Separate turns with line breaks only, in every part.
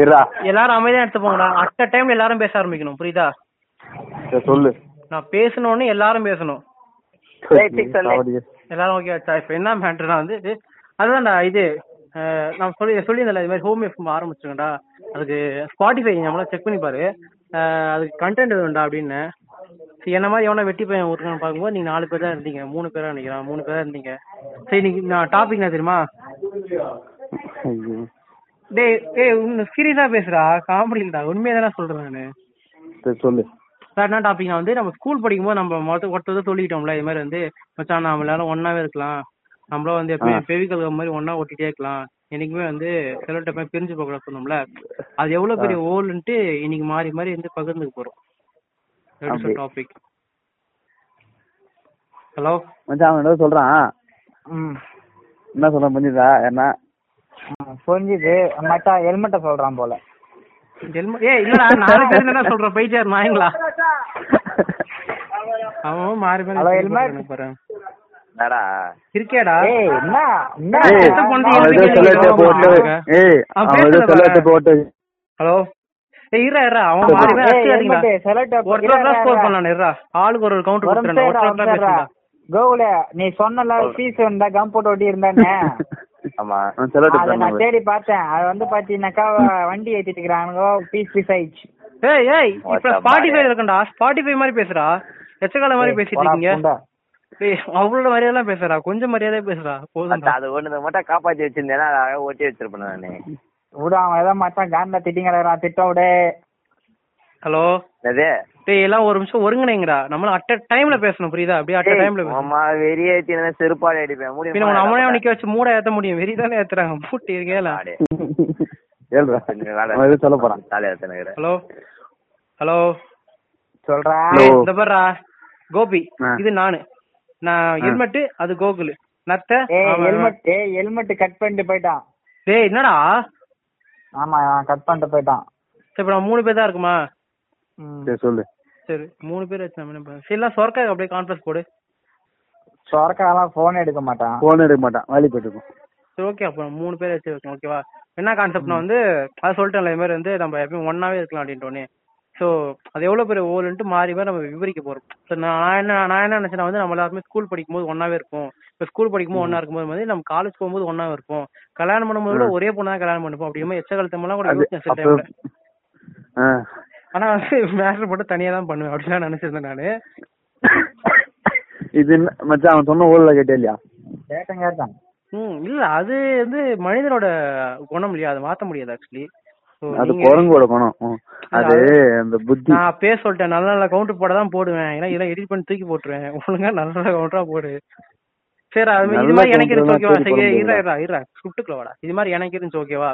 இருடா
எல்லாரும் அமைதியா எடுத்து போங்கடா அட் டைம்ல எல்லாரும் பேச ஆரம்பிக்கணும் புரியுதா
சரி, சொல்லு
நான் பேசணும்னு எல்லாரும் பேசணும்
சரி, சரி, சொல்லு.
சாவடிக்க.
எல்லாரும் ஓகே ஆச்சா இப்போ என்ன மேட்டர்னா வந்து இது அதுதான்டா இது அஹ், நான் சொல்லி சொல்லியிருந்தேன்ல இது மாதிரி ஹோம் எஃப்எம் ஆரம்பிச்சிருக்கேன்டா அதுக்கு ஸ்பாட்டிஃபை நம்மளாம் செக் பண்ணி பாரு அஹ், அதுக்கு கண்டென்ட் வேணும்டா அப்படின்னு சரி என்ன மாதிரி எவனா வெட்டி பையன் ஒருத்தன் பார்க்கும்போது நீங்க நாலு பேர் தான் இருந்தீங்க மூணு பேரா நினைக்கிறேன் மூணு பேரா இருந்தீங்க சரி நீங்க நான் டாபிக் என்ன தெரியுமா
ஐயோ.
டேய் டேய் உன்னை சீரியஸா பேசுடா காமெடி இல்லடா உண்மையை தானே சொல்றேன் நானு
சரி, சொல்லு
என்ன டாபிக்னா வந்து நம்ம ஸ்கூல் படிக்கும்போது நம்ம மொத்த ஒருத்தர் சொல்லிக்கிட்டோம்ல இது மாதிரி வந்து மச்சான் நாம எல்லாரும் ஒன்னாவே இருக்கலாம் நம்மளும் வந்து எப்பயும் ஃபெவிகல் மாதிரி ஒண்ணா ஒட்டிட்டே இருக்கலாம் என்னைக்குமே வந்து செலவு எப்பயும் பிரிஞ்சு போக கூடாது சொன்னோம்ல அது எவ்வளவு பெரிய ஓல்ன்ட்டு இன்னைக்கு மாறி மாறி வந்து பகிர்ந்துக்க போறோம்
அப்படி.
டாபிக் ஹலோ
மச்சான் அவன் ஏதோ சொல்றான்
ம்
என்ன சொல்ல புரிஞ்சுதா என்ன
ஆ, புரிஞ்சுது மட்டா ஹெல்மெட்டை சொல்றான் போல
ஜென்ம ஏய் இல்லடா நாலு பேர் என்ன சொல்ற பைஜார் நாயங்களா அவன் மாறி
Hello,
மாறி
helmet.
போறேன்
என்னடா
இருக்கேடா
ஏய் என்ன என்ன
ஏய்,
எத்த பொண்ணு
அவன் ஏதோ
எழுதி
சொல்ல
எழுதி
போட்டு
வாங்க.
ஏய்
அவன்
அவன் ஏதோ
பேசுறத
சொல்ல
பாரு.
போட்டு
ஹலோ ஏய் இருடா இருடா அவன் மாறி மாறி
ஏய்,
அடிச்சு
helmet,
அடிக்கலாம்
select up.
ஒரு
இருடா,
தான்
இருடா,
ஸ்கோர்
இருடா.
பண்ணலாம் இருடா ஆளுக்கு ஒரு ஒரு கவுண்டர்
ஒரு
கொடுத்துறேன்
நிமிஷம்
ஒரு
இருடா, ஒரு
தான்
நிமிஷம் இருடா.
பேசுறா
கோகுல, நீ சொன்னல பீஸ் இருந்தா கம் போட்டு ஒட்டி இருந்தானே
ஆமா அவன் சொல்ல
அத நான்
போட்டு
தேடி பார்த்தேன் அது வந்து பாத்தீங்கன்னாக்கா வண்டி ஏத்திட்டு இருக்கானுங்க பீஸ் பீஸ் ஆயிடுச்சு
ஏய் ஏய் இப்ப
வாட்ஸ்அப்
ஸ்பாட்டிஃபை
பாரு.
இருக்கண்டா ஸ்பாட்டிஃபை மாதிரி பேசுறா எச்சகால மாதிரி பேசிட்டு
போடா,
இருக்கீங்க
புண்டா.
ஏய் அவ்வளவு மரியாதை பேசுறா கொஞ்சம் மரியாதையா பேசுறா போதும்டா
அது ஒண்ணு மட்டும் காப்பாத்தி வச்சிருந்தேன்னா அதை அழகா ஓட்டி வச்சிருப்பேன் நானு
விடு அவன் ஏதோ மச்சான் காண்டா திட்டிங்க கிடக்குறான் திட்ட விடு
ஹலோ
அது
டேய் எல்லாம் ஒரு நிமிஷம் ஒருங்கிணைங்கடா நம்மள அட்ட டைம்ல பேசணும் புரியுதா அப்படியே அட்ட டைம்ல பேசணும்
ஆமா வெறிய ஏத்தினா செருப்பாடி அடிப்பேன்
பின்ன உன் அவனே
முடியும்
நிக்க வச்சு மூட ஏத்த முடியும் வெறிதானே ஏத்துறாங்க மூட்டி இருக்கேல
ஏழ்றா
கொஞ்சம் வேலை.
அவன் ஏதோ சொல்ல போறான்
தலையை எத்தனைக்கிற
ஹலோ ஹலோ
சொல்றா
Hello.
இந்த பாருடா கோபி
ஆ.
இது நானு நான்
ஆ.
ஹெல்மெட்டு அது கோகுலு நத்த
ஏய்
அவன்.
ஹெல்மெட் ஏய் ஹெல்மெட் கட் பண்ணிட்டு போயிட்டான்
டேய் என்னடா
ஆமா கட் பண்ணிட்டு போயிட்டான்
சரி இப்ப நம்ம மூணு பேர் தான் இருக்குமா
ம்.
சரி சொல்லு
சரி மூணு பேர் வச்சு நம்ம என்ன பண்ண சரி எல்லாம் சொர்க்காக அப்படியே கான்ஃபரன்ஸ் போடு
சொரக்காலாம் போன் எடுக்க மாட்டான்
போன் எடுக்க மாட்டான் வேலைக்கு போயிட்டு இருக்கும்
சரி ஓகே அப்போ நம்ம மூணு பேர் வச்சு வைக்கணும் ஓகேவா என்ன கான்செப்ட்னா வந்து அதை சொல்லிட்டேன்ல இது மாதிரி வந்து நம்ம எப்பயும் ஒன்னாவே இருக்கலாம் அப்படின்ட்டோன்னே ஸோ அது எவ்வளோ பெரிய ஓலுன்ட்டு மாறி மாறி நம்ம விவரிக்க போகிறோம் ஸோ நான் என்ன நான் என்ன நினச்சேன்னா வந்து நம்ம எல்லாருமே ஸ்கூல் படிக்கும்போது ஒன்றாவே இருப்போம் இப்போ ஸ்கூல் படிக்கும்போது ஒன்றா இருக்கும்போது வந்து நம்ம காலேஜ் போகும்போது ஒன்றாவே இருப்போம் கல்யாணம் பண்ணும்போது கூட ஒரே பொண்ணு தான் கல்யாணம் பண்ணிப்போம் அப்படிமா எச்ச காலத்தமெல்லாம் கூட
அது
யோசிச்சேன் சில
அப்போ
டைம்ல
ஆ.
ஆனால் வந்து மேட்ரு மட்டும் தனியாக தான் பண்ணுவேன் அப்படிலாம் நினச்சிருந்தேன் நான்
இது என்ன மச்சான் அவன் சொன்ன ஊர்ல கேட்டே இல்லையா
கேட்டேன் கேட்டேன்
ம் இல்ல அது வந்து மனிதனோட குணம் இல்லையா அதை மாத்த முடியாது ஆக்சுவலி
அது குரங்கோட குணம் ம். அது அந்த புத்தி
நான் பேச சொல்லிட்டேன் நல்ல நல்ல கவுண்டர் போட தான் போடுவேன் ஏன்னா இதெல்லாம் எடிட் பண்ணி தூக்கி போட்டுருவேன் ஒழுங்கா நல்ல நல்ல கவுண்டரா போடு சரி அது மாதிரி
நல்ல
இது மாதிரி எனக்கு இருந்துச்சு
counter
ஓகேவா
எல்லாம் தேடி போட
சரி இரா இரா இரா ஸ்கிரிப்டுக்குள்ள வாடா இது மாதிரி எனக்கு இருந்துச்சு ஓகேவா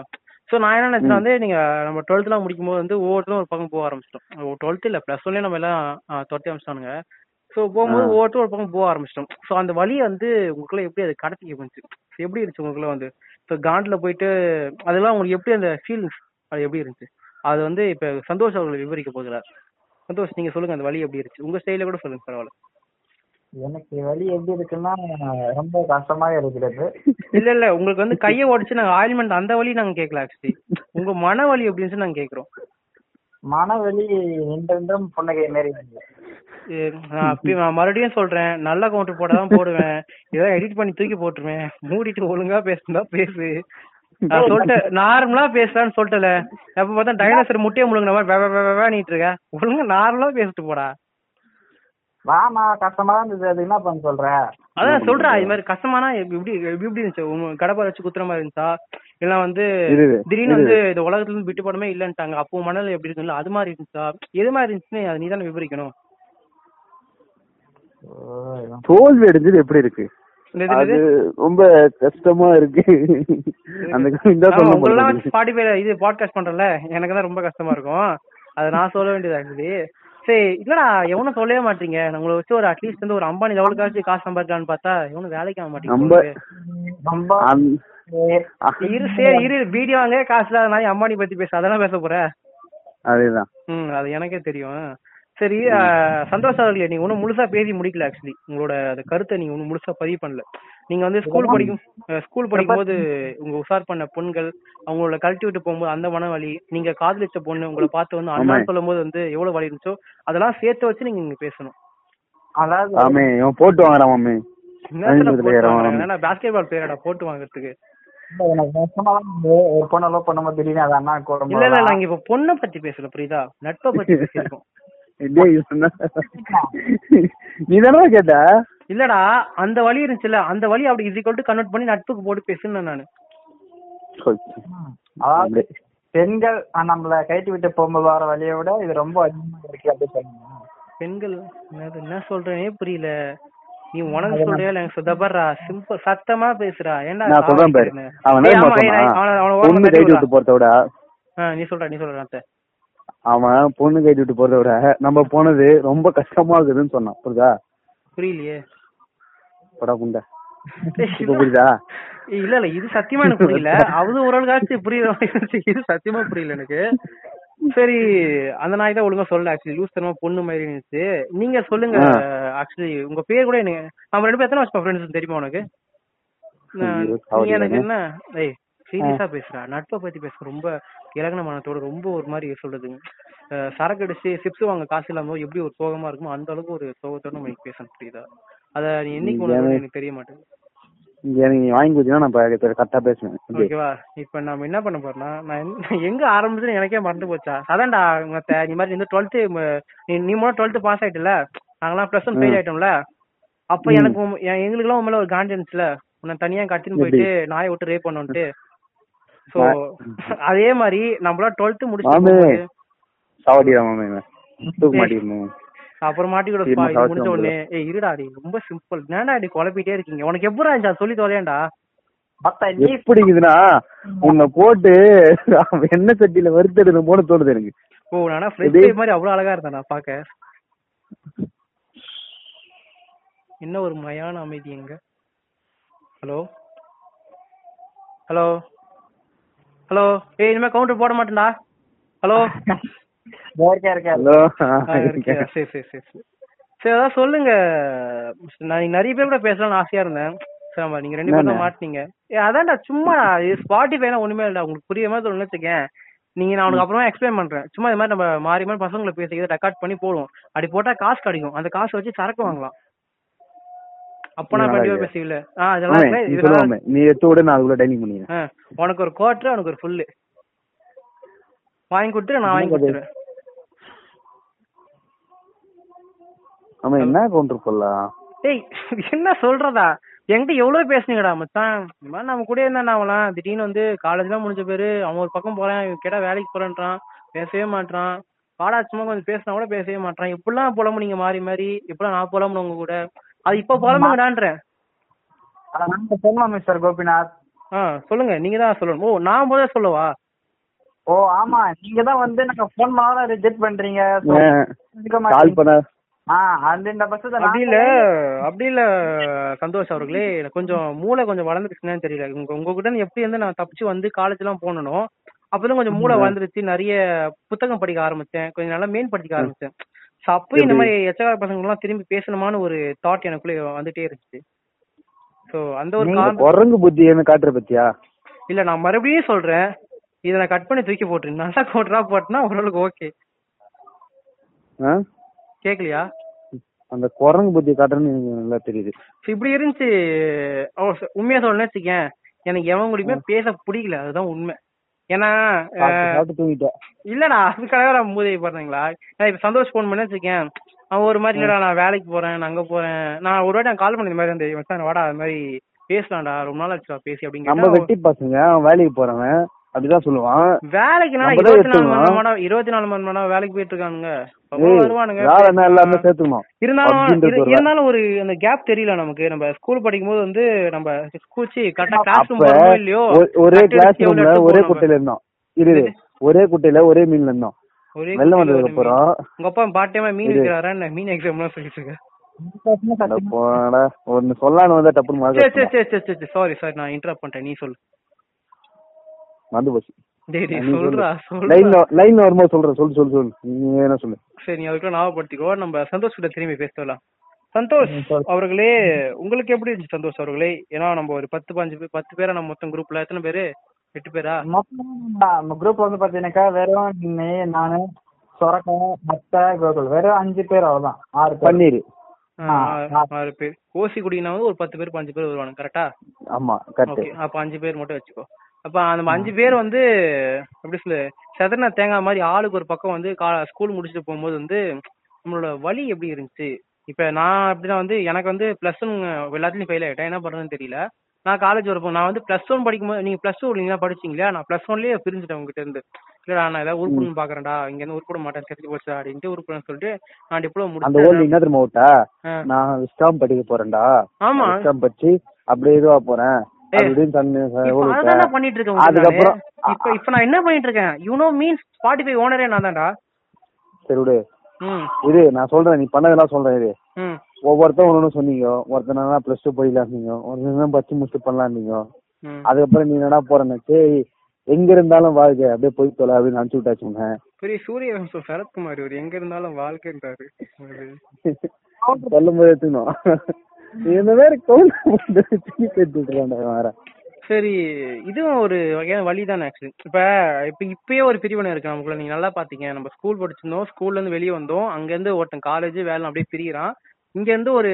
சோ நான் என்ன நினைச்சேன் வந்து நீங்க நம்ம டுவெல்த்லாம் முடிக்கும் போது வந்து ஒவ்வொருத்தரும் ஒரு பக்கம் போக ஆரம்பிச்சிட்டோம் டுவெல்த் இல்ல பிளஸ் ஒன்லயே நம்ம எல்லாம் ஆ, துரத்தி அமைச்சிட்டானுங்க சோ போகும்போது
ஆ.
ஒவ்வொருத்தரும் ஒரு பக்கம் போக ஆரம்பிச்சிட்டோம் சோ அந்த வழியை வந்து உங்களுக்குள்ள எப்படி அது கடத்திக்க போச்சு எப்படி இருந்துச்சு உங்களுக்குள்ள வந்து இப்போ காண்டில் போயிட்டு அதெல்லாம் உங்களுக்கு எப்படி அந்த ஃபீலிங்ஸ் அது எப்படி இருந்துச்சு அது வந்து இப்போ சந்தோஷ் அவர்கள் விவரிக்க போகிறார் சந்தோஷ் நீங்க சொல்லுங்க அந்த வழி எப்படி இருந்துச்சு உங்க ஸ்டைல கூட சொல்லுங்க பரவாயில்ல
எனக்கு வலி எப்படி இருக்குன்னா ரொம்ப கஷ்டமாக இருக்கிறது
இல்ல இல்ல உங்களுக்கு வந்து கையை உடைச்சு நாங்க ஆயில்மெண்ட் அந்த வழி நாங்க கேட்கல ஆக்சுவலி உங்க மன வலி எப்படி இருந்துச்சு நாங்க கேக்குறோம்
மனவெளி என்றென்றும் புன்னகை மாரி இருக்கு.
ஏ, நான் அப்பயும் நான் மறுபடியும் சொல்றேன் நல்ல கவுண்டர் போட தான் போடுவேன் இதெல்லாம் எடிட் பண்ணி தூக்கி போட்டுருவேன் மூடிட்டு ஒழுங்கா பேசுனா பேசு நான் சொல்லிட்டேன் நார்மலா பேசலாம்னு சொல்லிட்டல எப்ப பார்த்தா டைனோசர் முட்டையை முழுங்கின மாதிரி வே, வே, வே, வே, வேணிட்டு இருக்க ஒழுங்கா நார்மலா பேசிட்டு போடா
வாமா கஷ்டமா தான் இருந்தது அது என்ன பண்ண சொல்ற
அதான் சொல்றா இது மாதிரி கஷ்டமானா எப்படி எப்படி எப்படி இருந்துச்சு உங்க கடப்பார வச்சு குத்துற மாதிரி இருந்துச்சா இல்ல வந்து
இரு, இரு,
திடீர்னு
இரு.
வந்து இந்த உலகத்துல இருந்து விட்டு போனமே இல்லன்ட்டாங்க அப்போ மணல் எப்படி இருக்குல்ல அது மாதிரி இருந்துச்சா எது மாதிரி இருந்துச்சுன்னு அது நீ தானே விவரிக்கணும்
ஓ, இவன்
தோல்வி அடைஞ்சது எப்படி இருக்கு
இந்த இது-
அது
இது-
ரொம்ப கஷ்டமா இருக்கு அந்த இந்த
ஆமா,
சொல்ல
உங்களெல்லாம்
போறது
வச்சு ஸ்பாட்டிஃபைல இது பாட்காஸ்ட் பண்றல எனக்கு தான் ரொம்ப கஷ்டமா இருக்கும் அதை நான் சொல்ல வேண்டியது ஆக்சுவலி சரி இல்லடா எவனும் சொல்லவே மாட்டீங்க நம்மள வச்சு ஒரு அட்லீஸ்ட் வந்து ஒரு அம்பானி லெவலுக்காச்சும் காசு சம்பாதிக்கலாம்னு பார்த்தா எவனும் வேலைக்கு ஆக
நம்ம-
மாட்டேங்குது
ரொம்ப
அந்த- ஆ,
இரு சரி இரு வீடியோ வாங்க காசு இல்லாத நாய் அம்பானி பத்தி பேச அதெல்லாம் பேச போற
அதேதான்
ம் அது எனக்கே தெரியும் சரி ஆ, சந்தோஷ் அவர்களே நீங்க ஒன்றும் முழுசா பேசி முடிக்கல ஆக்சுவலி உங்களோட அந்த கருத்தை நீங்க ஒன்றும் முழுசா பதிவு பண்ணல நீங்க வந்து ஸ்கூல் படிக்கும் ஸ்கூல் படிக்கும்போது உங்க உஷார் பண்ண பெண்கள் அவங்களோட கழட்டி விட்டு போகும்போது அந்த மனவலி நீங்க காதலிச்ச பொண்ணு உங்களை பார்த்து வந்து அண்ணா
ஆமாம்.
சொல்லும்போது வந்து எவ்வளவு வலி இருந்துச்சோ அதெல்லாம் சேர்த்து வச்சு நீங்க இங்க பேசணும்
அதாவது
மாமி இவன் போட்டு வாங்குறான் மாமி
நேரத்துல
ஐம்பதுல
போட்டு
ஏறாம.
வாங்குறாங்க. ஏன்னா பாஸ்கெட் பால் பிளேயரடா போட்டு வாங்குறதுக்கு
இல்ல, எனக்கு வருஷமா தான் இருந்து ஒரு பொண்ணை லவ் பண்ணும்போது திடீர்னு அது அண்ணா
இல்ல இல்ல
கூடும்
நாங்க இப்ப பொண்ணை பத்தி பேசல புரியுதா நட்பை பத்தி பேசிருக்கோம்
டேய் இவனா. நீ தானே கேட்ட
இல்லடா அந்த வலி இருந்துச்சுல அந்த வலி அப்படி இதுக்கு கன்வெர்ட் பண்ணி நட்புக்கு போட்டு பேசுனேன் நானு
அதாவது பெண்கள் நம்மள கைட்டி விட்டு போகும்போது வர வழியை விட இது ரொம்ப அதிகமா இருக்கு அப்படி சொல்லுங்க
பெண்கள் என்னது என்ன சொல்றேனே புரியல நீ உனக்கு சொல்றியா இல்ல எனக்கு சுத்தப்படுறா சிம்பிள் சத்தமா பேசுறா ஏன்டா
நான் சொல்றேன் பாரு
காவலிக்கிறேன்னு?
அவன்
ஏய்,
என்ன
ஆமா, ஏய், நான் அவன- அவன
சொல்றான்
ஓரமா
பொண்ணு
தட்டி
கைட்டு விட்டு
விடுறா.
போறத விட
ஆ, நீ சொல்றா நீ சொல்றா அத்தை.
அவன் பொண்ணு கைட்டு விட்டு போறத விட நம்ம போனது ரொம்ப கஷ்டமா இருக்குதுன்னு சொன்னான் புரியுதா
புரியலையே
படா குண்ட
ஏய்,
இப்ப புரியுதா
ஏய், இல்ல இல்ல இது சத்தியமா எனக்கு புரியல அது ஒரு ஆளுக்காச்சு புரியுற மாதிரி இருந்துச்சு. இது சத்தியமா புரியல எனக்கு சரி அந்த நாய் தான் ஒழுங்கா சொல்லல ஆக்சுவலி லூஸ் தனமா பொண்ணு மாதிரி இருந்துச்சு நீங்க சொல்லுங்க
ஆ.
ஆக்சுவலி உங்க பேர் கூட எனக்கு நம்ம ரெண்டு பேர் எத்தனை வருஷம் ஃப்ரெண்ட்ஸ் தெரியுமா உனக்கு நான்-
ஐயோ,
நீ
சாவடிக்கிறேனே.
எனக்கு என்ன ஏய் சீரியஸா பேசுறா நட்பை பத்தி பேச ரொம்ப இலகன மனத்தோட ரொம்ப ஒரு மாதிரி சொல்றதுங்க அஹ் சரக்கு அடிச்சு சிப்ஸ் வாங்க காசு இல்லாம எப்படி ஒரு சோகமா இருக்குமோ அந்த அளவுக்கு ஒரு சோகத்தோட நம்ம இன்னைக்கு பேசணும் புரியுதா அத நீ என்னைக்கு உணர்வு எனக்கு தெரிய மாட்டேங்குது
இங்க எனக்கு நீ வாங்கி கொடுத்தீங்கன்னா நான் இப்ப கரெக்டா பேசுவேன் இப்படி.
ஓகேவா இப்ப நம்ம என்ன பண்ண போறோம்னா நான் எங்க- நான் எங்க ஆரம்பிச்சுன்னு எனக்கே மறந்து போச்சா அதான்டா மத்த நீ மாதிரி இந்த டுவெல்த்து நீ மூணு டுவெல்த்து பாஸ் ஆயிட்டல நாங்களாம் ப்ளஸ் ஒன் ஃபெயில் ஆயிட்டோம்ல அப்ப
ம்.
எனக்கு உன்- எ- எங்களுக்கெல்லாம் உன் மேல ஒரு கான்ஃபிடன்ஸ்ல உன்னை தனியா கடத்தின்னு போயிட்டு நாயை விட்டு ரேப் பண்ணுன்ட்டு சோ அதே மாதிரி நம்மளா டுவெல்த்து
மாமே.
முடிச்சு
சாவடிடா மாமி இவன். தூக்க மாட்டேன்
அப்புறம் மாட்டிக்கூட
திரும்ப கவர்ச்சி
முடிச்ச உடனே ஏய் இருடா டேய் ரொம்ப சிம்பிள் என்னடா இப்படி குழப்பிட்டே இருக்கீங்க உனக்கு எப்படா இருந்துச்சு சொல்லி தொலையேன்டா
மத்த நீ
எப்படி இருக்குதுன்னா உன்னை போட்டு அவன் என்ன சட்டியில வறுத்தெடுக்கணும் போல தோணுது எனக்கு
ஓ நானா ஃப்ரெஷ்
இது-
மாதிரி அவ்வளவு அழகா இருந்தானா பாக்க என்ன ஒரு மயான அமைதி எங்க ஹலோ ஹலோ ஹலோ ஏய் இனிமே கவுண்டர் போட மாட்டேன்டா ஹலோ
வேர்க்கா இருக்காது
ஹலோ
சரி சரி சரி சரி சரி அதான் சொல்லுங்க நான் நீங்க நிறைய பேர் கூட பேசலாம்னு ஆசையா இருந்தேன் சரி ஆமா நீங்க ரெண்டு பேரும் தான்
என்னண்ணே?
மாட்டினீங்க ஏய் அதான்டா சும்மா ஸ்பாட்டிஃபைலாம் ஒண்ணுமே இல்லடா உங்களுக்கு புரிய மாதிரி சொல்லணும்னு வச்சுக்கேன் நீங்க நான் உனக்கு அப்புறமா எக்ஸ்பிளைன் பண்றேன் சும்மா இது மாதிரி நம்ம மாறி மாறி பசங்களை பேசி இதை ரெக்கார்ட் பண்ணி போடுவோம் அப்படி போட்டா காசு கிடைக்கும் அந்த காசு வச்சு சரக்கு வாங்கலாம் அப்ப நான்
நல்லா
கண்டிப்பா
இல்லையா?
பேசல ஆ இதெல்லாம் இல்ல,
நீ
இதெல்லாம்
சொல்லுவாமே நீ எடுத்து விட நான் அதுக்குள்ள டைனிங் பண்ணிக்கிறேன்
ஆ, உனக்கு ஒரு குவார்டர் உனக்கு ஒரு ஃபுல்லு வாங்கி கொடுத்துரு நான் வாங்கி
என்ன கதை?
கொடுத்துருவேன்
ஆமா என்ன கவுண்டர் போடலாம்
டேய் என்ன சொல்றதா என்கிட்ட எவ்வளவு பேசுனீங்கடா மச்சான் இந்த மாதிரி நம்ம கூட இருந்தா அவன் திடீர்னு வந்து காலேஜ்லாம் முடிஞ்ச பேரு அவன் ஒரு பக்கம் போறான் இவன் கேட்டா வேலைக்கு போறேன்றான் பேசவே மாட்றான் பாடா சும்மா கொஞ்சம் பேசினா கூட பேசவே மாட்றான் இப்படிலாம் புலம்பு நீங்க மாறி மாறி இப்படிலாம் நான் புலம்புன உங்க கூட அது இப்ப புலம்புங்கடான்றேன்
அத நாங்க சொன்னோம் மிஸ்டர் கோபிநாத்
ஆ சொல்லுங்க நீங்க தான் சொல்லணும் ஓ நான் முதல்ல சொல்லவா
ஓ ஆமா நீங்க தான் வந்து நாங்க போன் பண்ணாலும் ரிஜெக்ட் பண்றீங்க
கால் பண்ண
ஆஹ் அப்படின்ற பட்சத்தை
அப்படி
நாங்க
இல்ல அப்படி இல்ல சந்தோஷ் அவர்களே எனக்கு கொஞ்சம் மூளை கொஞ்சம் வளர்ந்துருச்சுன்னு தெரியல உங்க உங்க கிட்ட இருந்து எப்படி வந்து நான் தப்பிச்சு வந்து காலேஜ் எல்லாம் போனனோ அப்பதான் கொஞ்சம் மூளை வளர்ந்துருச்சு நிறைய புத்தகம் படிக்க ஆரம்பிச்சேன் கொஞ்சம் நல்லா மேன் படிக்க ஆரம்பிச்சேன் So அப்பயும் இந்த மாதிரி எச்சகார பசங்க எல்லாம் திரும்பி பேசணுமான்னு ஒரு தாட் எனக்குள்ள வந்துட்டே இருந்துச்சு சோ அந்த ஒரு
நீ
காரணம்
குரங்கு புத்தி என்ன காட்டுற பத்தியா
இல்ல நான் மறுபடியும் சொல்றேன் இதை நான் கட் பண்ணி தூக்கி போட்டுரு நல்லா கோட்ரா போட்டுனா ஓரளவுக்கு ஓகே
ஆ?
கேக்கலையா
அந்த குரங்கு புத்தி காட்டுறேன்னு எனக்கு நல்லா தெரியுது
So, இப்படி இருந்துச்சு ஓ, ச- உண்மையா சொல்லணும்னு வச்சுக்கேன் எனக்கு எவன் கூடயுமே பேச பிடிக்கல அதுதான் உண்மை ஏன்னா
சாப்பிட்டு
அஹ்,
சாப்பிட்டு தூங்கிட்டேன்
இல்லடா அது கடவுள மூதேவி பாருங்களா நான் இப்ப சந்தோஷ் ஃபோன் பண்ண வச்சுக்கேன் அவன் ஒரு மாதிரி இல்லடா நான் வேலைக்கு போறேன் நான் அங்க போறேன் நான் ஒரு வாட்டி நான் கால் பண்ண இந்த மாதிரி வந்து மச்சான் வாடா அது மாதிரி பேசலாம்டா ரொம்ப நாள் ஆச்சுடா பேசி அப்படின்னு
நம்ம
கேட்டா,
வெட்டி பசங்க அவன் வேலைக்கு போறவன் அப்படிதான் சொல்லுவான்
வேலைக்கு நான்
நம்ம தான்
இருபத்தி நாலு
எடுத்துக்கணும்.
மணி நேரம் இருபத்தி நாலு மணி நேரம் வேலைக்கு போயிட்டு இருக்கானுங்க அப்போ
ஏய்,
வருவானுங்க
வேலை என்ன எல்லாமே சேர்த்துக்கணும்
இருந்தாலும்
அப்படின்றது
இரு-
ஒரு வே-
இருந்தாலும் ஒரு அந்த கேப் தெரியல நமக்கு நம்ம ஸ்கூல் படிக்கும்போது வந்து நம்ம ஸ்கூச்சி கரெக்டா கிளாஸ் ரூம்
அப்ப
வரமோ இல்லையோ
ஒ- ஒரே
cut
கிளாஸ்
எடுத்து எவ்வளவு
ரூம்ல
எடுத்து
ஒரே
போறோம்
குட்டையில இருந்தோம் இரு ஒரே குட்டையில ஒரே மீன்ல இருந்தோம்
நம்ம. ஒரே
வெளில
குட்டையில
வந்ததுக்கு
ஒரு மீன்.
அப்புறம்
உங்க அப்பா பாட்டியமா மீன்
இரு.
விற்கிறாரா என்ன மீன் எக்ஸாம் எல்லாம் சொல்லிட்டு இருக்க
அட போடா, ஒண்ணு சொல்லான்னு வந்தா டப்புன்னு
சரி
மறக்க
சரி சரி சரி சரி சாரி சாரி நான் இன்டரப்ட் பண்ணிட்டேன் நீ சொல்லு
வந்து போச்சு
டேய் டேய்
நீ சொல்லு.
சொல்றா
லைன்ல
சொல்றா
லைன்ல வரும்போது சொல்றேன் சொல்லு சொல்லு சொல்லு நீ என்ன சொல்லு
சரி நீ அதுக்குள்ள ஞாபகப்படுத்திக்கோ நம்ம சந்தோஷ் கிட்ட திரும்பி பேசலாம் சந்தோஷ்
ம், சொல்லு.
அவர்களே உங்களுக்கு எப்படி இருந்துச்சு சந்தோஷ் அவர்களே ஏன்னா நம்ம ஒரு பத்து பாஞ்சு பேர் பத்து பேரா நம்ம மொத்தம் குரூப்ல எத்தனை பேரு எட்டு பேரா
மொத்தம் நம்ம குரூப் வந்து பாத்தீங்கன்னாக்கா வெறும் நீ நானு சொரக்கம் மத்த கோகுல் வெறும் அஞ்சு பேர் அவ்வளவுதான் ஆறு பேர்
பன்னீர்
ஆ,
ஆ, ஆ.
ஆறு பேர் ஓசி குடினா வந்து ஒரு பத்து பேர் பாஞ்சு பேர் வருவாங்க கரெக்டா
ஆமா கரெக்ட்
ஓகே அப்ப அஞ்சு பேர் மட்டும் வச்சுக்கோ அப்ப நம்ம அஞ்சு பேர் வந்து எப்படி சொல்லு செதன தேங்காய் மாதிரி ஆளுக்கு ஒரு பக்கம் வந்து ஸ்கூல் முடிச்சுட்டு போகும்போது வந்து நம்மளோட வலி எப்படி இருந்துச்சு இப்ப நான் அப்படின்னா வந்து எனக்கு வந்து பிளஸ் ஒன் எல்லாத்துலயும் ஃபெயில் ஆயிட்டேன் என்ன பண்றதுன்னு தெரியல நான் காலேஜ் வரப்போ நான் வந்து பிளஸ் ஒன் படிக்கும்போது நீங்க பிளஸ் டூ நீங்க படிச்சீங்களா நான் பிளஸ் ஒன்லயே பிரிஞ்சுட்டேன் உங்ககிட்ட இருந்து இல்லடா நான் ஏதாவது உருப்படணும் பாக்குறேன்டா இங்க இருந்து உருப்பட மாட்டேன் செத்து போச்சுடா அப்படின்ட்டு உருப்படன்னு சொல்லிட்டு நான் டிப்ளமோ
அந்த ஓல்டு
முடிச்சேன்
என்ன தெரியுமா விட்டா
ஆ.
நான் விஸ்டாம் படிக்க போறேன்டா
ஆமா
விஸ்டாம் படிச்சு அப்படியே இதுவா போறேன்
ஏய்.
அப்படின்னு தண்ணி
இப்ப
ஓடு
அதுதான்டா
விட்டேன்.
பண்ணிட்டு இருக்கேன் உங்களுக்கு
அதுக்கப்புறம்
நானு. இப்ப இப்ப நான் என்ன பண்ணிட்டு இருக்கேன் யூனோ மீன்ஸ் ஸ்பாட்டிஃபை ஓனரே நான் தான்டா
சரி விடு
ம்
இது நான் சொல்றேன் நீ பண்ணதெல்லாம் சொல்றேன் இது
ம்
ஒவ்வொருத்தரும் ஒன்று சொன்னீங்க ஒருத்தர் என்ன ப்ளஸ் டூ படிக்கலாம்னீங்க ஒருத்தர் பச்சு முடிச்சு பண்ணலாம்னீங்க
ம்.
அதுக்கப்புறம் நீ என்னடா போறேன்னு சரி எங்க இருந்தாலும் வாழ்க அப்படியே போய் தொலை அப்படின்னு அனுப்பிச்சு விட்டாச்சு உன்னை.
பெரிய சூரிய வம்சம் சரத்குமார் இவர் எங்க இருந்தாலும் வாழ்க்கைன்றாரு அவரு.
சொல்லும் போது எடுத்துக்கணும் இந்த மாதிரி கவுண்ட் திருப்பி பேசிட்டு இருக்கான்டா இவன் வேற
சரி இதுவும் ஒரு வகையான வழி தானே ஆக்சுவலி இப்ப இப்ப இப்பயே ஒரு பிரிவினை இருக்கு நமக்குள்ள நீங்க நல்லா பாத்தீங்க நம்ம ஸ்கூல் படிச்சிருந்தோம் ஸ்கூல்ல இருந்து வெளியே வந்தோம் அங்க இருந்து ஒருத்தன் காலேஜ் வேலை அப்படியே பிரியறான் இங்க இருந்து ஒரு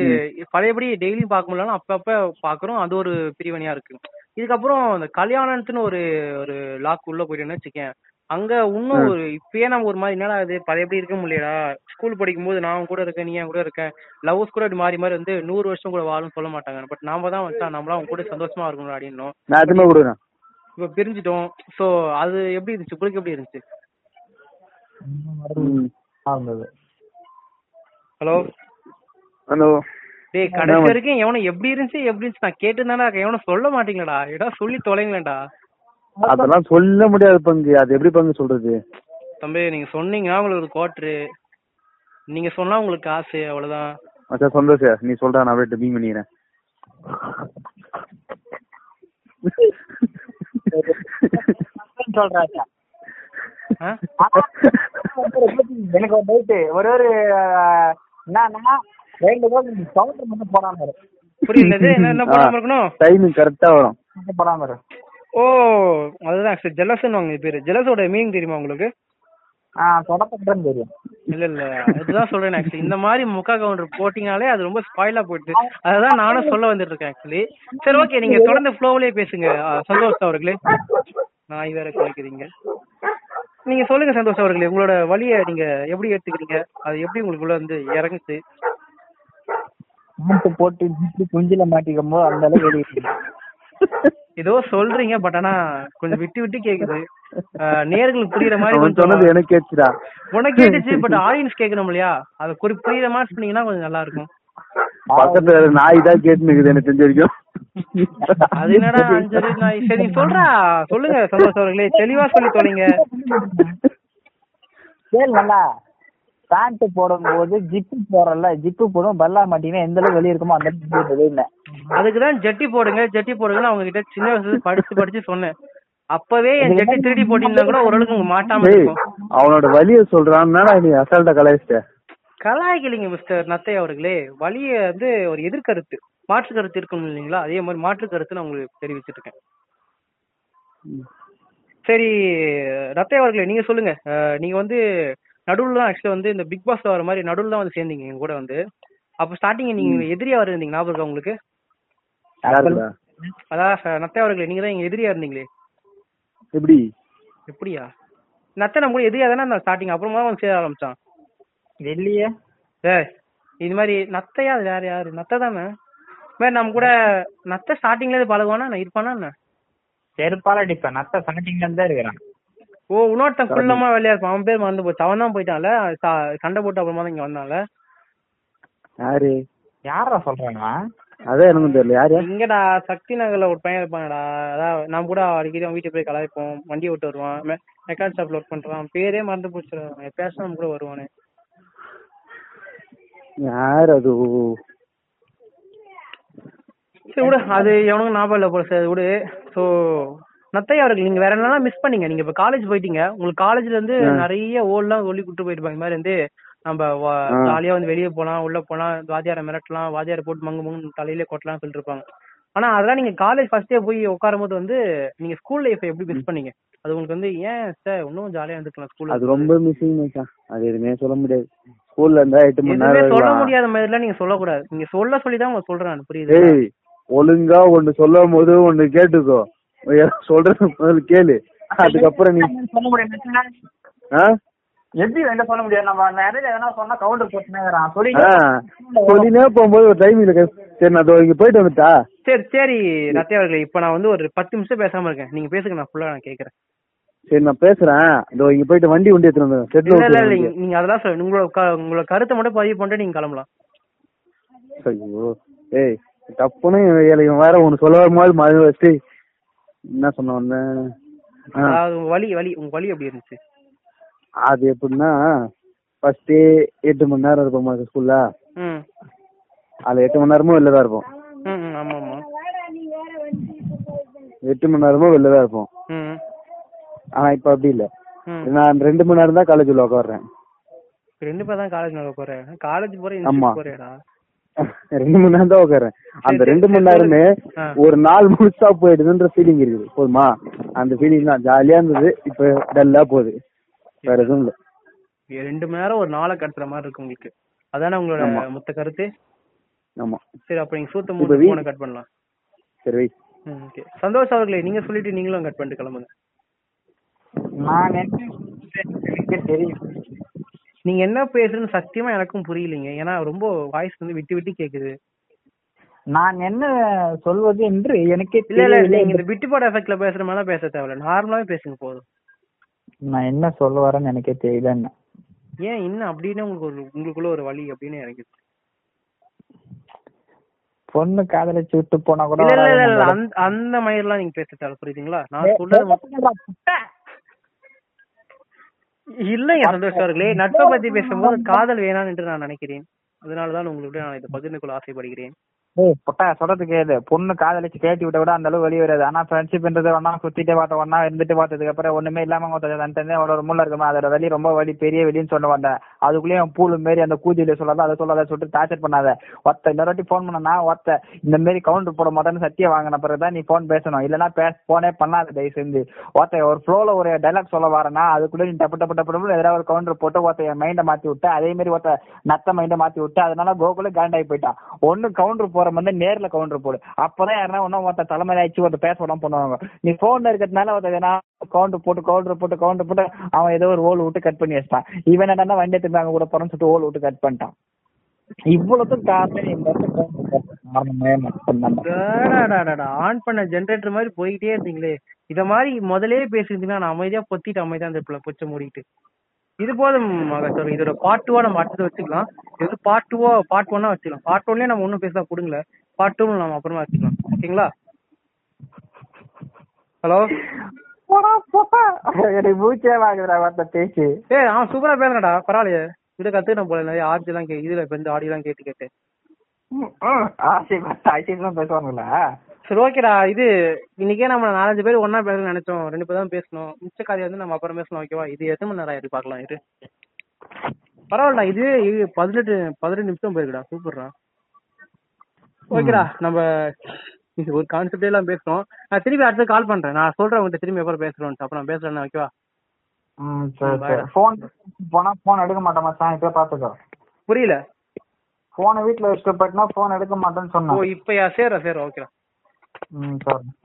பழையபடி டெய்லி பார்க்க முடியலனாலும் அப்பப்ப பாக்குறோம் அது ஒரு பிரிவினையா இருக்கு இதுக்கப்புறம் இந்த கல்யாணத்துன்னு ஒரு ஒரு லாக் உள்ள போயிட்டோம்னு வச்சுக்கேன் அங்க இன்னும் ஒரு இப்பயே நம்ம ஒரு மாதிரி என்னடா இது பழையபடி இருக்க முடியலடா ஸ்கூல் படிக்கும்போது நான் கூட இருக்கேன் நீ என் கூட இருக்க லவ்ஸ் கூட இப்படி மாறி மாறி வந்து நூறு வருஷம் கூட வாழும்னு சொல்ல மாட்டாங்க பட் நாம தான் வச்சா நம்மளா அவங்க கூட சந்தோஷமா இருக்கணும் அப்படின்னும்
நான் எதுவுமே கொடுக்குறேன்
இப்ப பிரிஞ்சிட்டோம் சோ அது எப்படி இருந்துச்சு உங்களுக்கு எப்படி இருந்துச்சு
நல்லா இருந்தது
ஹலோ
ஹலோ
டேய் கடைசி வரைக்கும் எவனும் எப்படி இருந்துச்சு எப்படி இருந்துச்சு நான் கேட்டுதானே எவனும் சொல்ல மாட்டீங்களடா ஏடா சொல்லி தொலைங்களேன்டா
அதெல்லாம் சொல்ல முடியாது பங்கு அது எப்படி பங்கு சொல்றது
தம்பி நீங்க சொன்னீங்கன்னா உங்களுக்கு ஒரு கோட்ரு நீங்க சொன்னா உங்களுக்கு காசு அவ்வளவுதான்
மச்சான் சந்தோஷ் நீ சொல்றா நான் அப்படியே மீன் பண்ணிக்கிறேன்
சொல்றாங்க
ஆ?
எனக்கு ஒரு டவுட் ஒரே ஒரு அஹ், என்னன்னா ரெண்டு பேரும் கவுண்டர் மட்டும் போடாம இரு.
புரியல இது என்ன என்ன பண்ணாம இருக்கணும்
டைமிங் கரெக்டா வரும்
மட்டும் போடாம இரு.
ஓ அதுதான் சார் ஜெலசன் வாங்க பேரு ஜெலஸோட மீனிங் தெரியுமா உங்களுக்கு
ஆ தொடக்கம் தெரியும்
இல்ல இல்ல அதுதான் சொல்றேன் ஆக்சுவலி இந்த மாதிரி முக்கா கவுண்டர் போட்டீங்கனாலே அது ரொம்ப ஸ்பாயிலா போயிடுது அதுதான் நானும் சொல்ல வந்துட்டு இருக்கேன் ஆக்சுவலி சரி ஓகே நீங்க தொடர்ந்து ஃப்ளோவிலே பேசுங்க ஆ, சந்தோஷ் அவர்களே நான் வேற குறைக்கிறீங்க நீங்க சொல்லுங்க சந்தோஷ் அவர்களே உங்களோட வழியை நீங்க எப்படி எடுத்துக்கிறீங்க அது எப்படி உங்களுக்குள்ள வந்து இறங்குச்சு
மூட்டு போட்டு ஜிப்பு குஞ்சில மாட்டிக்கும் போது அந்த அளவுக்கு வெளியே தெரியும்.
ஏதோ சொல்றீங்க பட் ஆனா கொஞ்சம் விட்டு விட்டு கேக்குது ஆ, நேர்களுக்கு புரியுற மாதிரி
அவன் சொன்னது
கொஞ்சம்
எனக்கு கேச்சுடா
உனக்கு கேட்டுச்சு பட் ஆடியன்ஸ் கேட்கணும் இல்லையா அது குறி புரியுற மாதிரி சொன்னீங்கன்னா கொஞ்சம் நல்லா இருக்கும்
பக்கத்துல வேற நாய் தான் கேட்டு நிக்குது எனக்கு தெரிஞ்ச வரைக்கும்
அது என்னடா அஞ்சு ரூபாய் நாய்? சரி சொல்றா சொல்லுங்க சந்தோஷ் அவர்களே தெளிவா சொல்லி தொலைங்க
கேள் நல்லா பேண்ட் போடும்போது ஜிப்பு போடல ஜிப்பு போடும் பல்லா மாட்டிங்கன்னா எந்த அளவுக்கு வெளியே இருக்குமோ அந்த அளவுக்கு வெளியே
அதுக்குதான் ஜட்டி போடுங்க ஜட்டி போடுங்கன்னு அவங்க கிட்ட சின்ன வயசுல படிச்சு படிச்சு சொன்னேன் அப்பவே என் ஜட்டி திருடி போட்டீங்கன்னா கூட ஓரளவுக்கு உங்க மாட்டாம
ஏய்,
இருக்கும்
அவனோட வலிய சொல்றான்னா நீ அசால்ட்டா கலாய்ச்சிட்ட
கலாய்க்கலிங்க மிஸ்டர் நத்தை அவர்களே வழிய வந்து ஒரு எதிர்கருத்து மாற்று கருத்து இருக்கணும் இல்லைங்களா அதே மாதிரி மாற்று கருத்து நான் உங்களுக்கு தெரிவிச்சிட்டு இருக்கேன் சரி நத்தை அவர்களே நீங்க சொல்லுங்க அஹ், நீங்க வந்து நடுவுல தான் ஆக்சுவலா வந்து இந்த பிக் பாஸ் வர மாதிரி நடுவுல தான் வந்து சேர்ந்தீங்க எங்க கூட வந்து அப்ப ஸ்டார்டிங் நீங்க எதிரியா வர இருந்தீங்க ஞாபகம் இருக்கா உங்களுக்கு
யாருடா?
அதான் sir, நத்தை அவர்களே நீங்க தான் எங்க எதிரியா இருந்தீங்களே
எப்படி
எப்படியா நத்தை நம்ம கூட எதிரியா தானே ஸ்டார்டிங் அப்புறமா வந்து சேர ஆரம்பிச்சான்
வெளியே
ஏய் இது மாதிரி நத்தையா அது வேற யாரு நத்தை தானே இது மாதிரி நம்ம கூட நத்தை ஸ்டார்டிங்ல இருந்து பழகுவானா நான் இருப்பானா என்ன
செருப்பால அடிப்பேன் நத்த ஸ்டார்டிங்ல இருந்தா இருக்கிறான்
ஓ இன்னொருத்தன் குள்ளமா வெளியா இருப்பான் அவன் பேர் மறந்து போச்சு அவன் தான் போயிட்டான்ல சா- சண்டை போட்டு அப்புறமா தான் இங்க வந்தான்ல
யாரு
யாரா சொல்றாங்க
அதான் எனக்கும் தெரியல யாரு
இங்கடா சக்தி நகர்ல ஒரு பையன் இருப்பாங்கடா அதான் நான் கூட அடிக்கடி அவன் வீட்டுக்கு போய் கலாய்ப்போம் வண்டி விட்டு வருவான் மெ- மெக்கானிக் ஷாப்ல ஒர்க் பண்றான் பேரே மறந்து போச்சுடா எப்பயாச்சும் நம்ம கூட வருவானே
யார் அது
சரி விடு அது எவனுக்கும் ஞாபகம் இல்லை போல சார் விடு ஸோ நத்தையா அவர்கள் நீங்க வேற என்னெல்லாம் மிஸ் பண்ணீங்க நீங்க இப்ப காலேஜ் போயிட்டீங்க உங்களுக்கு காலேஜ்ல இருந்து
ஆ.
நிறைய ஓல்லாம் சொல்லி கூட்டு போயிருப்பாங்க இந்த மாதிரி வந்து நம்ம வா-
ஆ.
ஜாலியா வந்து வெளியே போலாம் உள்ள போலாம் வாத்தியாரை மிரட்டலாம் வாத்தியாரை போட்டு மங்கு மங்கு தலையிலே கொட்டலாம் சொல்லிட்டு இருப்பாங்க ஆனா அதெல்லாம் நீங்க காலேஜ் ஃபர்ஸ்டே போய் உட்காரும் போது வந்து நீங்க ஸ்கூல் லைஃப் எப்படி மிஸ் பண்ணீங்க அது உங்களுக்கு வந்து ஏன் சார் இன்னும் ஜாலியா இருந்துக்கலாம் ஸ்கூல்
அது ரொம்ப மிஸ்ஸிங் மச்சான் அது எதுவுமே சொல்ல முடியாது ஸ்கூல்ல இருந்தா எட்டு மணி
எதுவுமே
நேரம்
சொல்ல
இருக்கலாம்.
முடியாத மாதிரிலாம் நீங்க சொல்லக்கூடாது நீங்க சொல்ல சொல்லி தான் உங்க சொல்றேன் நான், புரியுது
ஏய் ஒழுங்கா ஒண்ணு சொல்லும் போது ஒண்ணு கேட்டுக்கோ ஏன் சொல்றது முதல்ல கேளு அதுக்கப்புறம் நீ
சொல்ல முடியாது
ஆ?
எப்படி வேண்டாம் சொல்ல முடியாது நம்ம மேரேஜ் எதனா சொன்னா கவுண்டர் போட்டுனே வரான் சொல்லி
ஆ. சொல்லினே போகும்போது ஒரு டைம் இருக்கு சரி நான் இதோ இங்க போயிட்டு வந்துட்டா
சரி சரி ரத்தி அவர்களே இப்ப நான் வந்து ஒரு பத்து நிமிஷம் பேசாம இருக்கேன் நீங்க பேசுங்க நான் ஃபுல்லா நான் கேக்குறேன்
சரி நான் பேசுறேன் இதோ இங்க போயிட்டு வண்டி வண்டி எடுத்துட்டு வந்து செட்ல
இல்ல இல்ல இல்ல,
விட்டு
நீங்க- நீங்க அதெல்லாம் சொல்ல உங்களோட க- உங்களோட கருத்தை மட்டும் பதிவு பண்ணிட்டு நீங்க கிளம்பலாம்
ஐயோ ஏய் டப்புன்னு இவன் ஏழை, இவன் வேற ஒண்ணு சொல்ல வரும்போது மழை வச்சு என்ன சொன்ன வந்தேன் ஆ,
அதாவது உங்க வலி வலி உங்க வலி எப்படி இருந்துச்சு
அது எப்படின்னா ஃபர்ஸ்ட் எட்டு மணி நேரம் இருப்போம் மாதிரி ஸ்கூல்ல
ம்
அதுல எட்டு மணி நேரமும் வெளில தான் இருப்போம்
ம் ம், ஆமா ஆமா
எட்டு மணி நேரமும் வெளில தான் இருப்போம்
ம்
ஆனா இப்ப அப்படி இல்ல
ம்
நான் ரெண்டு மணி நேரம் தான் காலேஜ் உள்ள உட்காடுறேன்
இப்ப ரெண்டு பேர் தான் காலேஜ் நடக்க போறேன் காலேஜ் போறேன்
ஆமா.
இன்ஜினியர் போறேடா
ரெண்டு மணி நேரம் தான் உட்காடுறேன் அந்த
சரி,
ரெண்டு
சரி,
மணி நேரமே
ஆ.
ஒரு நாள் முழுசா போயிடுதுன்ற ஃபீலிங் இருக்குது போதுமா அந்த ஃபீலிங் தான் ஜாலியா இருந்தது இப்ப டல்லா போகுது வேற எதுவும் இல்ல
ரெண்டு மணி நேரம் ஒரு நாளை கடத்துற மாதிரி இருக்கு உங்களுக்கு அதானே உங்களோட
ஆமா.
மொத்த கருத்து
ஆமா
சரி அப்ப நீங்க சூத்த
இப்ப
மூணு
வீ-
போன கட் பண்ணலாம்
சரி வை
ம் ஓகே சந்தோஷ் அவர்களே நீங்க சொல்லிட்டு நீங்களும் கட் பண்ணிட்டு கிளம்புங்க
நான் என்ன எனக்கே தெரியும்
நீங்க என்ன பேசுறேன்னு சத்தியமா எனக்கும் புரியலீங்க ஏன்னா ரொம்ப வாய்ஸ் வந்து விட்டு விட்டு கேக்குது
நான் என்ன சொல்வது என்று எனக்கே
இல்ல இல்ல
தெரியவில்லை
நீங்க இந்த விட்டுப்பாடு எஃபெக்ட்ல பேசுற மாதிரி பேச தேவையில்ல நார்மலாவே பேசுங்க போதும்
நான் என்ன சொல்ல வரேன்னு எனக்கே தெரியல என்ன
ஏன் இன்னும் அப்படின்னு உங்களுக்கு ஒரு உங்களுக்குள்ள ஒரு வழி அப்படின்னு இறங்குது
பொண்ணு காதலிச்சு விட்டு போனா கூட
இல்ல இல்ல இல்ல
வராது
இல்ல
நம்மளோட-
அந்த அந்த மாதிரி எல்லாம் நீங்க பேச தேவை புரியுதுங்களா
ஏய்,
நான் சொல்றது மட்டும்
போடா, புட்டை.
இல்லைங்க சந்தோஷ் அவர்களே நட்பை பத்தி பேசும்போது காதல் வேணாம் என்று நான் நினைக்கிறேன் அதனாலதான் உங்களுடைய நான் இதை பகிர்ந்து கொள்ள ஆசைப்படுகிறேன்
ஏய், புட்டை, சொல்றது கேளு பொண்ணு காதலிச்சு கேட்டி விட்ட விட அந்த அளவு வெளியே வராது ஆனா ஃப்ரெண்ட்ஷிப்ன்றது ஒன்னா சுத்திட்டு பார்த்த ஒன்னா இருந்துட்டு பார்த்ததுக்கு அப்புறம் ஒண்ணுமே இல்லாம ஒருத்தன் தனித்தனியா ஒரு ஒரு மூல இருக்குமா அதோட வெளி ரொம்ப வலி பெரிய வெளின்னு சொல்ல மாட்டேன் அதுக்குள்ளேயே அவன் பூலு மாரி அந்த கூதியில சொல்லாத அதை சொல்லாத சொல்லிட்டு டார்ச்சர் பண்ணாத ஒருத்த இன்னொரு வாட்டி ஃபோன் பண்ணனா ஒருத்த இந்த மாதிரி கவுண்டர் போட மாட்டேன்னு சத்தியம் வாங்கின பிறகு தான் நீ ஃபோன் பேசணும் இல்லைன்னா பே ஃபோனே பண்ணாத தயவு செஞ்சு ஒருத்த ஒரு ஃப்ளோல ஒரு டைலாக் சொல்ல வரேன்னா அதுக்குள்ள நீ டப்பு டப்பு டப்பு எதிராக ஒரு கவுண்டர் போட்டு ஒருத்த என் மைண்டை மாத்தி விட்டு அதே மாதிரி ஒருத்த நத்த மைண்டை மாத்தி விட்டு அதனால கோகுல காண்ட் ஆகி போயிட்டான் ஒன்னு கவுண்டர் போற மாதிரி நேர்ல கவுண்டர் போடு அப்பதான் யாருன்னா ஒன்னும் ஒருத்த தலைமையில ஆயிடுச்சு ஒருத்த பேச விடாம பண்ணுவாங்க நீ ஃபோன்ல இருக்கிறதுனால ஒருத்த வேணா கவுண்டர் போட்டு கவுண்டர் போட்டு கவுண்டர் போட்டு அவன் ஏதோ ஒரு ஓல் விட்டு கட் பண்ணி வச்சிட்டான் இவன் என்னன்னா வண்டி திரும்பி அங்க கூட போறோம்னு சொல்லிட்டு ஓல் விட்டு கட் பண்ணிட்டான் இவ்வளவுக்கும் காரணம் இந்த இடத்துல காரணமே மட்டும்தான்
அடாடாடாடா, ஆன் பண்ண ஜென்ரேட்டர் மாதிரி போயிட்டே இருந்தீங்களே இத மாதிரி முதலே பேசிருந்தீங்கன்னா நான் அமைதியா பொத்திட்டு அமைதியா அந்த பொச்ச மூடிட்டு இது போதும் மகசூர் இதோட பார்ட் டூவா நம்ம அடுத்தது வச்சுக்கலாம் இது வந்து பார்ட் டூவா பார்ட் ஒன்னா வச்சுக்கலாம் பார்ட் ஒன்லயே நம்ம ஒன்றும் பேசலாம் கொடுங்கல பார்ட் டூ நம்ம அப்புறமா வச்சுக்கலாம் ஓகேங்களா ஹலோ
போடா, போடா. எனக்கு மூச்சே வாங்குதுடா வார்த்தை பேசி
ஏய் அவன் சூப்பரா பேசுறடா பரவாயில்லையே இதை கத்துக்கிட்டேன் போல நிறைய ஆர்ஜி எல்லாம் கே இதுல இப்ப இந்த ஆடியோ எல்லாம் கேட்டு கேட்டு
ஆசிரியர் ஆசிரியர் பேசுவாங்களா
சரி ஓகேடா இது இன்னைக்கே நம்ம நாலஞ்சு பேர் ஒண்ணா பேசணும்னு நினைச்சோம் ரெண்டு பேர் தான் பேசணும் மிச்ச கதையை வந்து நம்ம அப்புறம் பேசலாம் ஓகேவா இது எத்தனை மணி நேரம் ஆயிருக்கு பார்க்கலாம் இரு பரவாயில்லடா இது இது பதினெட்டு பதினெட்டு நிமிஷம் போயிருக்குடா சூப்பர்டா ஓகேடா நம்ம இது ஒரு கான்செப்டே எல்லாம் பேசணும் நான் திருப்பி அடுத்து கால் பண்றேன் நான் சொல்றேன் உங்கள்கிட்ட திரும்பி அப்புறம் பேசுறோம் அப்புறம் பேசுறேன் ஓகேவா
ம் சரி சரி ஃபோன் போனா ஃபோன் எடுக்க மாட்டேன் மச்சான் இப்போ பாத்துக்கோ
புரியல
ஃபோனை வீட்ல வச்சுட்டு போயிட்டுனா ஃபோன் எடுக்க மாட்டேன்னு
ஓ
சொன்னேன்
இப்பயா சேரா சேரா ஓகேடா
ம் சரி